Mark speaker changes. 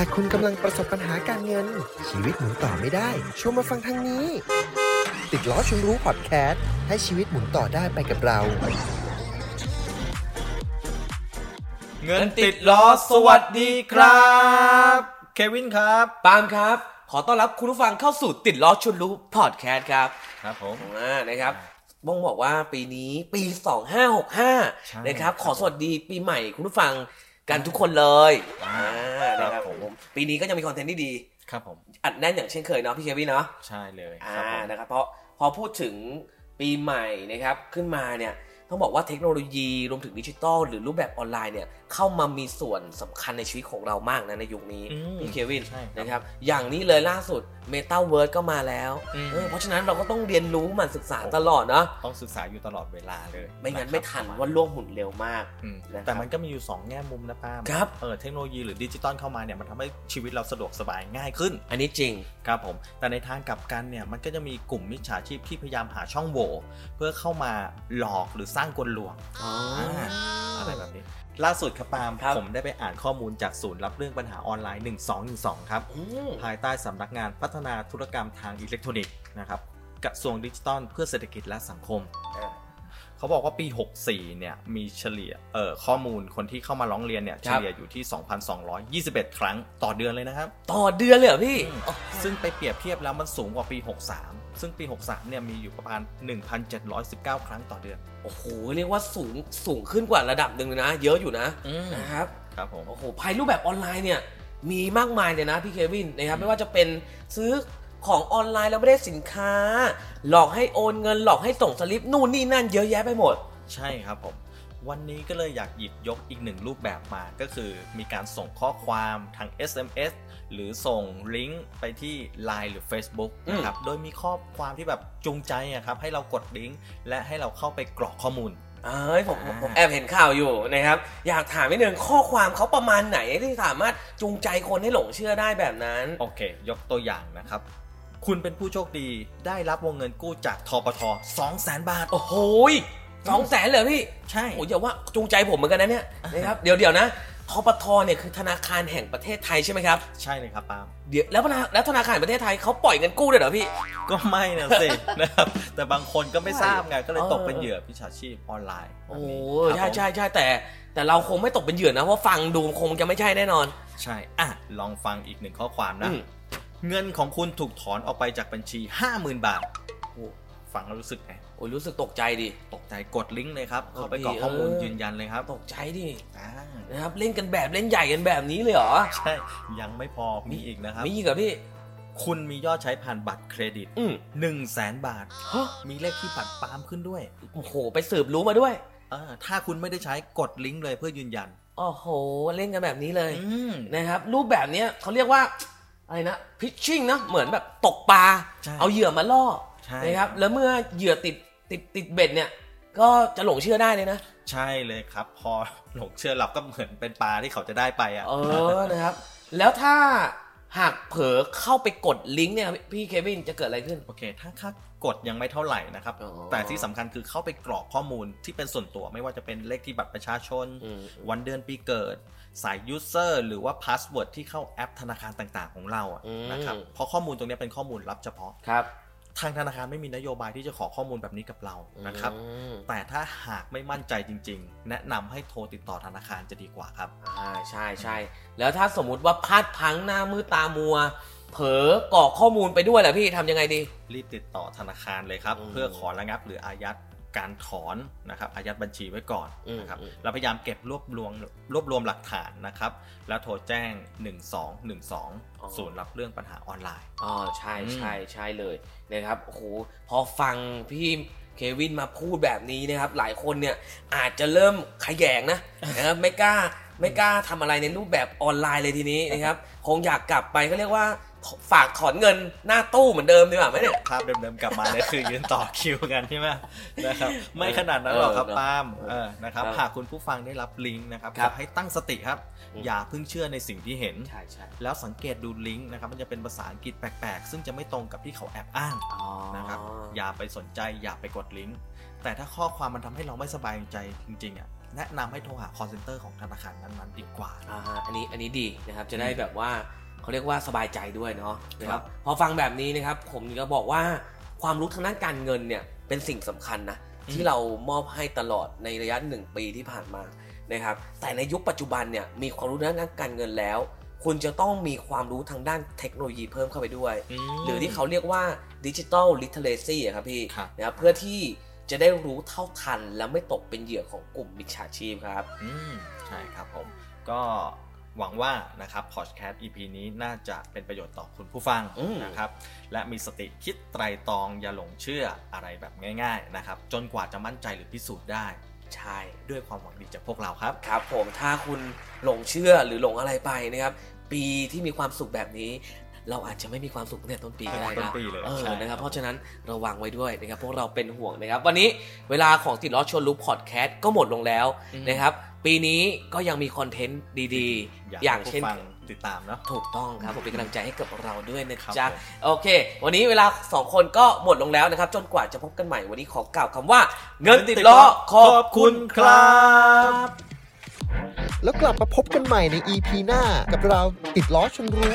Speaker 1: ากคุณกำลังประสบปัญหาการเงิน ชีวิตหมุนต่อไม่ได้ ชวนมาฟังทางนี้ ติดล้อชวนรู้พอดแคสต์ให้ชีวิตหมุนต่อได้ไปกับเรา
Speaker 2: เงินติดล้อสวัสดีครับ เควินครับ
Speaker 3: ปาล์มครับ ขอต้อนรับคุณผู้ฟังเข้าสู่ติดล้อชวนรู้พอดแคสต์ครับ
Speaker 2: ครับผม
Speaker 3: อ่านะครับบ้องบอกว่าปีนี้ปี 2565 นะครับขอสวัสดีปีใหม่คุณผู้ฟังกันทุกคนเลยอ่า
Speaker 2: ครับ
Speaker 3: นะครับ
Speaker 2: ผม
Speaker 3: ผมปีนี้ก็ยังมีคอนเทนต์ที่ดี
Speaker 2: ครับผม
Speaker 3: อัดแน่นอย่างเช่นเคยเนาะพี่เควินเนาะ
Speaker 2: ใช่เลย
Speaker 3: อ่า
Speaker 2: ครับผม
Speaker 3: นะครับเพราะพอพูดถึงปีใหม่นะครับขึ้นมาเนี่ยต้องบอกว่าเทคโนโลยีรวมถึงดิจิทัลหรือรูปแบบออนไลน์เนี่ยเข้ามามีส่วนสำคัญในชีวิตของเรามากนะในยุคนี้
Speaker 2: อืม
Speaker 3: พี่เควิน
Speaker 2: ใช่ครับ
Speaker 3: นะครับ อย่างนี้เลยล่าสุด Meta w o r d ก็มาแล้ว
Speaker 2: อืม
Speaker 3: เออเพราะฉะนั้นเราก็ต้องเรียนรู้หมันศึกษา
Speaker 2: โอ้
Speaker 3: ตลอดนะ
Speaker 2: ต้องศึกษาอยู่ตลอดเวลาเลย
Speaker 3: ไม่งั้นะ ไม่
Speaker 2: ครับ
Speaker 3: ทันว่าโลกหมุนเร็วมาก
Speaker 2: อืม
Speaker 3: นะครับ
Speaker 2: แต่มันก็มีอยู่ 2 แง่มุมนะป้าม
Speaker 3: ครับ
Speaker 2: เออเทคโนโลยีหรือดิจิตอลเข้ามาเนี่ยมันทำให้ชีวิตเราสะดวกสบายง่ายขึ้น
Speaker 3: อันนี้จริง
Speaker 2: ครับผม แต่ในทางกลับกันเนี่ยมันก็จะมีกลุ่มมิจฉาชีพที่พยายามหาช่องโหว่เพื่อเข้ามาหลอกหรือสร้างกลลวง อ่าอะไรแบบนี้ ล่าสุดครับปาล์ม
Speaker 3: ครับ
Speaker 2: ผมได้ไปอ่านข้อมูลจากศูนย์รับเรื่องปัญหาออนไลน์ 1212 ครับ
Speaker 3: อืม
Speaker 2: ภายใต้สำนักงานพัฒนาธุรกรรมทางอิเล็กทรอนิกส์นะครับกระทรวงดิจิทัลเพื่อเศรษฐกิจและสังคม
Speaker 3: อ่ะ
Speaker 2: เขาบอกว่าปี 64 เนี่ย มีเฉลี่ยเอ่อข้อมูลคนที่เข้ามาร้องเรียนเนี่ย
Speaker 3: ค
Speaker 2: เฉ
Speaker 3: รับ
Speaker 2: ลี่ยอยู่ที่ 2,221 ครั้งต่อเดือนเลยนะครับ
Speaker 3: ต่อเดือนเลยเหรอพี่อ๋อ
Speaker 2: ซึ่งไปเปรียบเทียบแล้วมันสูงกว่าปี 63 ซึ่งปี 63 เนี่ยมีอยู่ประมาณ 1,719 ครั้งต่อเดือน
Speaker 3: โอ้โหเรียกว่าสูงสูงขึ้นกว่าระดับหนึ่งเลยนะ เยอะอยู่นะ
Speaker 2: อืม
Speaker 3: นะครับ
Speaker 2: ครับผม
Speaker 3: โอ้โหภายรูปแบบออนไลน์เนี่ยมีมากมายเลยนะพี่เควินนะครับไม่ว่าจะเป็นซื้อของออนไลน์แล้วไม่ได้สินค้า หลอกให้โอนเงินหลอกให้ส่งสลิปนู่นนี่นั่นเยอะแยะไปหมด
Speaker 2: ใช่ครับผม วันนี้ก็เลยอยากหยิบยกอีกหนึ่งรูปแบบมา ก็คือมีการส่งข้อความทาง SMS หรือส่งลิงก์ไปที่ Line หรือ Facebook
Speaker 3: อืม
Speaker 2: นะครับ โดยมีข้อความที่แบบจูงใจอะครับ ให้เรากดลิงก์และให้เราเข้าไปกรอกข้อมูล
Speaker 3: เอ้ยผมผม
Speaker 2: อ่า
Speaker 3: ผมแอบเห็นข่าวอยู่นะครับ อยากถามนิดนึงข้อความเขาประมาณไหนที่สามารถจูงใจคนให้หลงเชื่อได้แบบนั้น
Speaker 2: โอเค ยกตัวอย่างนะครับ คุณเป็นผู้โชคดีได้รับวงเงินกู้จากทปท200,000 บาท
Speaker 3: โอ้โหยสองแสนเลยพี่
Speaker 2: ใช่
Speaker 3: โอ้ยอย่าว่าจูงใจผมเหมือนกันนะเนี่ยนะครับเดี๋ยวเดี๋ยวนะทปทเนี่ยคือธนาคารแห่งประเทศไทยใช่ไหมครับ
Speaker 2: ใช่เลยครับปาล์ม
Speaker 3: เดี๋ยวแล้วธนาแล้วธนาคารแห่งประเทศไทยเขาปล่อยเงินกู้ด้วยเหรอพี่
Speaker 2: ก็ไม่นะสิ นะครับ แต่บางคนก็ไม่ทราบไง ก็เลย
Speaker 3: เออ
Speaker 2: ตกเป็นเหยื่อพิชาชีพออนไลน์แบบ
Speaker 3: โอ้
Speaker 2: นี้
Speaker 3: ย
Speaker 2: ครั
Speaker 3: ใช่
Speaker 2: บผม
Speaker 3: ใช่ใช่แต่ แต่เราคงไม่ตกเป็นเหยื่อนะเพราะฟังดูคงจะไม่ใช่แน่นอน
Speaker 2: ใช่ อ่ะ ลองฟังอีกหนึ่งข้อความนะ
Speaker 3: อืม
Speaker 2: เงินของคุณถูกถอนออกไปจากบัญชี 50,000 บาท ฟังแล้วรู้สึกไง
Speaker 3: โอ้ยรู้สึกตกใจดิ
Speaker 2: ตกใจกดลิงก์เลยครับ เข้าไปกรอก
Speaker 3: เออ
Speaker 2: ข้อมูลยืนยันเลยครับ
Speaker 3: ตกใจดิ
Speaker 2: อ่า
Speaker 3: นะครับเล่นกันแบบเล่นใหญ่กันแบบนี้เลยเหรอ
Speaker 2: ใช่ ยังไม่พอ มีอีกนะครับ
Speaker 3: มีอีกเหรอพี่
Speaker 2: คุณมียอดใช้ผ่านบัตรเครดิต
Speaker 3: อืม
Speaker 2: 1 0 0 0 0แบาท
Speaker 3: ฮะ
Speaker 2: มีเลขที่บัตรปาล์มขึ้นด้วย
Speaker 3: โอ้โหไปสืบรู้มาด้วย
Speaker 2: เออถ้าคุณไม่ได้ใช้กดลิงก์เลยเพื่อยืนยัน
Speaker 3: โอ้โหเล่นกันแบบนี้เลย
Speaker 2: อืม
Speaker 3: นะครับ รูปแบบเนี้ยเขาเรียกว่าอะไรนะพิชชิ่งนะเหมือนแบบตกปลา
Speaker 2: ใช่
Speaker 3: เอาเหยื่อมาล่อ
Speaker 2: ใช่
Speaker 3: นะครับแล้วเมื่อเหยื่อติดติดติดเบ็ดเนี่ย ก็จะหลงเชื่อได้เลยนะ
Speaker 2: ใช่เลยครับ พอหลงเชื่อเราก็เหมือนเป็นปลาที่เขาจะได้ไปอ่ะ
Speaker 3: เออ นะครับ แล้วถ้าหากเผลอเข้าไปกดลิงก์เนี่ยครับพี่เควินจะเกิดอะไรขึ้น
Speaker 2: โอเค ถ้าค่ากดยังไม่เท่าไหร่นะครับ
Speaker 3: อ๋อ
Speaker 2: แต่ที่สำคัญคือเข้าไปกรอกข้อมูลที่เป็นส่วนตัวไม่ว่าจะเป็นเลขที่บัตรประชาชน
Speaker 3: อืม
Speaker 2: วันเดือนปีเกิด สายยูเซอร์หรือว่าพาสเวิร์ดที่เข้าแอปธนาคารต่างๆของเราอะ
Speaker 3: อืม
Speaker 2: นะครับ เพราะข้อมูลตรงเนี้ยเป็นข้อมูลลับเฉพาะ
Speaker 3: ครับ
Speaker 2: ทางธนาคารไม่มีนโยบายที่จะขอข้อมูลแบบนี้กับเรานะครับ แต่ถ้าหากไม่มั่นใจจริง ๆ แนะนำให้โทรติดต่อธนาคารจะดีกว่าครับ
Speaker 3: อ่าใช่ใช่แล้วถ้าสมมุติว่าพลาดพลังหน้ามือตามัว เผลอกรอกข้อมูลไปด้วยแหละพี่ทำยังไงดี
Speaker 2: รีบติดต่อธนาคารเลยครับ
Speaker 3: อืม
Speaker 2: เพื่อขอระงับหรืออายัดการถอนนะครับอายัดบัญชีไว้ก่อน
Speaker 3: อืม
Speaker 2: นะครับ
Speaker 3: อืม
Speaker 2: เราพยายามเก็บรวบรวมรวบรวมหลักฐานนะครับ แล้วโทรแจ้ง 1212 ศูนย์รับเรื่องปัญหาออนไลน์
Speaker 3: อ๋อใช่ใช่ใช่เลยนะครับโอ้โหพอฟังพี่เควินมาพูดแบบนี้นะครับ หลายคนเนี่ยอาจจะเริ่มขยแยงนะ นะครับไม่กล้าไม่กล้าทำอะไรในรูปแบบออนไลน์เลยทีนี้นะครับ คงอยากกลับไปก็เรียกว่าฝากถอนเงินหน้าตู้เหมือนเดิมดีกว่าไหมเนี่ย
Speaker 2: ภาพเดิมๆกลับมาเลยคือยืนต่อคิวกัน ใช่ไหมนะครับไม่ขนาดนั้นหรอกครับ
Speaker 3: เออเนอะ
Speaker 2: ปาล์มเออนะครับ
Speaker 3: ครับ
Speaker 2: หากคุณผู้ฟังได้รับลิงก์นะครับ
Speaker 3: ครั
Speaker 2: อ
Speaker 3: บ
Speaker 2: ยากให้ตั้งสติครับ
Speaker 3: อืม
Speaker 2: อย่าเพิ่งเชื่อในสิ่งที่เห็น
Speaker 3: ใช่ใช่
Speaker 2: แล้วสังเกตดูลิงก์นะครับมันจะเป็นภาษาอังกฤษแปลกๆ ซึ่งจะไม่ตรงกับที่เขาแอบอ้าง นะครับอย่าไปสนใจอย่าไปกดลิงก์แต่ถ้าข้อความมันทำให้เราไม่สบายใจจริงๆอ่ะ แนะนำให้โทรหา call center ของธนาคารนั้นๆดีกว่า
Speaker 3: อ่าฮะอันนี้อันนี้ดีนะครับจะได้แบบว่าเขาเรียกว่าสบายใจด้วยเนาะนะค
Speaker 2: ครั
Speaker 3: รับบ พอฟังแบบนี้นะครับผมก็บอกว่าความรู้ทางด้านการเงินเนี่ยเป็นสิ่งสำคัญนะที่เรามอบให้ตลอดในระยะ 1 ปีที่ผ่านมานะครับแต่ในยุคปัจจุบันเนี่ยมีความรู้ทางด้านการเงินแล้ว คุณจะต้องมีความรู้ทางด้านเทคโนโลยีเพิ่มเข้าไปด้วย หรือที่เขาเรียกว่าดิจิ t a ลลิทเทเลซีครับพี่
Speaker 2: ครับ
Speaker 3: นะครับเพื่อที่จะได้รู้เท่าทัน และไม่ตกเป็นเหยื่อของกลุ่มมิจฉาชีพครับ
Speaker 2: อืมใช่ครับผม ก็หวังว่านะครับพอดแคสต์ EP นี้น่าจะเป็นประโยชน์ต่อคุณผู้ฟัง
Speaker 3: อืม
Speaker 2: นะครับ และมีสติคิดไตรตรองอย่าหลงเชื่ออะไรแบบง่ายๆนะครับ จนกว่าจะมั่นใจหรือพิสูจน์ได้
Speaker 3: ใช่
Speaker 2: ด้วยความหวังดีจากพวกเราครับ
Speaker 3: ครับผมถ้าคุณหลงเชื่อหรือหลงอะไรไปนะครับ ปีที่มีความสุขแบบนี้ เราอาจจะไม่มีความสุขตั้งแต่ต้นปีก็ได้
Speaker 2: ต้
Speaker 3: นะ
Speaker 2: นปีเลย
Speaker 3: เออ
Speaker 2: ใช่
Speaker 3: นะค
Speaker 2: ค
Speaker 3: รับ
Speaker 2: รับ
Speaker 3: เพราะฉะนั้นระวังไว้ด้วยนะครับพวกเราเป็นห่วงนะครับ วันนี้เวลาของติดล้อชวนลุกพอดแคสต์ก็หมดลงแล้วนะครับ ปีนี้ก็ยังมีคอนเทนต์ดีๆ อย่างเช่น
Speaker 2: ให้ผู้ฟังติดตามเนาะ
Speaker 3: ถูกต้องครับผมเป็นกำลังใจให้กับเราด้วยนะครับ จ๊ะ
Speaker 2: ผม
Speaker 3: โอเค วันนี้เวลาสองคนก็หมดลงแล้วนะครับ จนกว่าจะพบกันใหม่วันนี้ขอกล่าวคำว่า เงินติดล้อขอบคุณครับ
Speaker 2: บ
Speaker 1: แล้วกลับมาพบกันใหม่ใน EP หน้ากับเราติดล้อชนรู้